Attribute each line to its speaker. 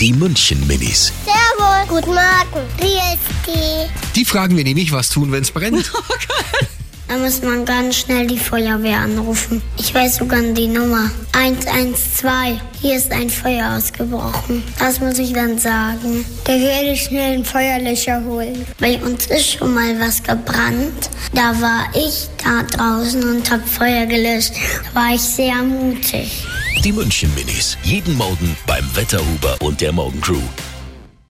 Speaker 1: Die München Minis.
Speaker 2: Servus. Guten Morgen. Wie ist die?
Speaker 3: Die fragen wir nämlich, was tun, wenn es brennt.
Speaker 2: Da muss man ganz schnell die Feuerwehr anrufen. Ich weiß sogar die Nummer. 112. Hier ist ein Feuer ausgebrochen. Das muss ich dann sagen. Da werde ich schnell einen Feuerlöscher holen. Bei uns ist schon mal was gebrannt. Da war ich da draußen und habe Feuer gelöscht. Da war ich sehr mutig.
Speaker 1: Die München Minis. Jeden Morgen beim Wetterhuber und der Morgencrew.